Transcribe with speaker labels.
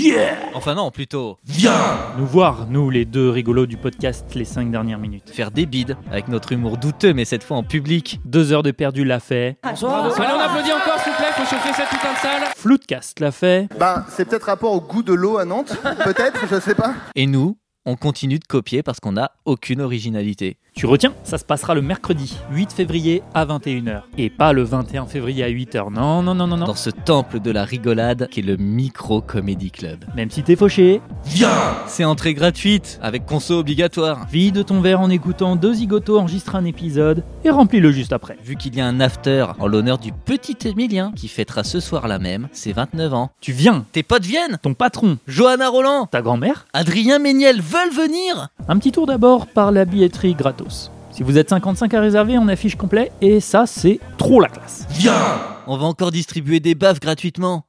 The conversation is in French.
Speaker 1: Yeah
Speaker 2: Enfin non, plutôt
Speaker 1: Viens
Speaker 3: Nous voir, nous les deux rigolos du podcast Les 5 dernières minutes.
Speaker 2: faire des bides avec notre humour douteux, mais cette fois en public.
Speaker 3: Deux heures de perdu l'a fait.
Speaker 4: Allez, on applaudit encore, s'il vous plaît, faut chauffer cette putain de salle.
Speaker 3: Floodcast l'a fait.
Speaker 5: Ben, c'est peut-être rapport au goût de l'eau à Nantes, peut-être, je sais pas.
Speaker 2: Et nous, on continue de copier parce qu'on n'a aucune originalité.
Speaker 3: Tu retiens Ça se passera le mercredi 8 février à 21h. Et pas le 21 février à 8h. Non, non, non, non, non.
Speaker 2: Dans ce temple de la rigolade qu'est le Micro Comedy Club.
Speaker 3: Même si t'es fauché,
Speaker 1: Viens
Speaker 2: C'est entrée gratuite, avec conso obligatoire.
Speaker 3: vide ton verre en écoutant deux zigotos enregistrer un épisode et remplis-le juste après.
Speaker 2: Vu qu'il y a un after en l'honneur du petit Émilien qui fêtera ce soir-là même ses 29 ans.
Speaker 3: Tu viens
Speaker 2: Tes potes viennent
Speaker 3: Ton patron
Speaker 2: Johanna Roland
Speaker 3: Ta grand-mère
Speaker 2: Adrien Méniel veulent venir
Speaker 3: Un petit tour d'abord par la billetterie gratos. Si vous êtes 55 à réserver, on affiche complet et ça c'est trop la classe.
Speaker 1: Viens
Speaker 2: On va encore distribuer des baffes gratuitement.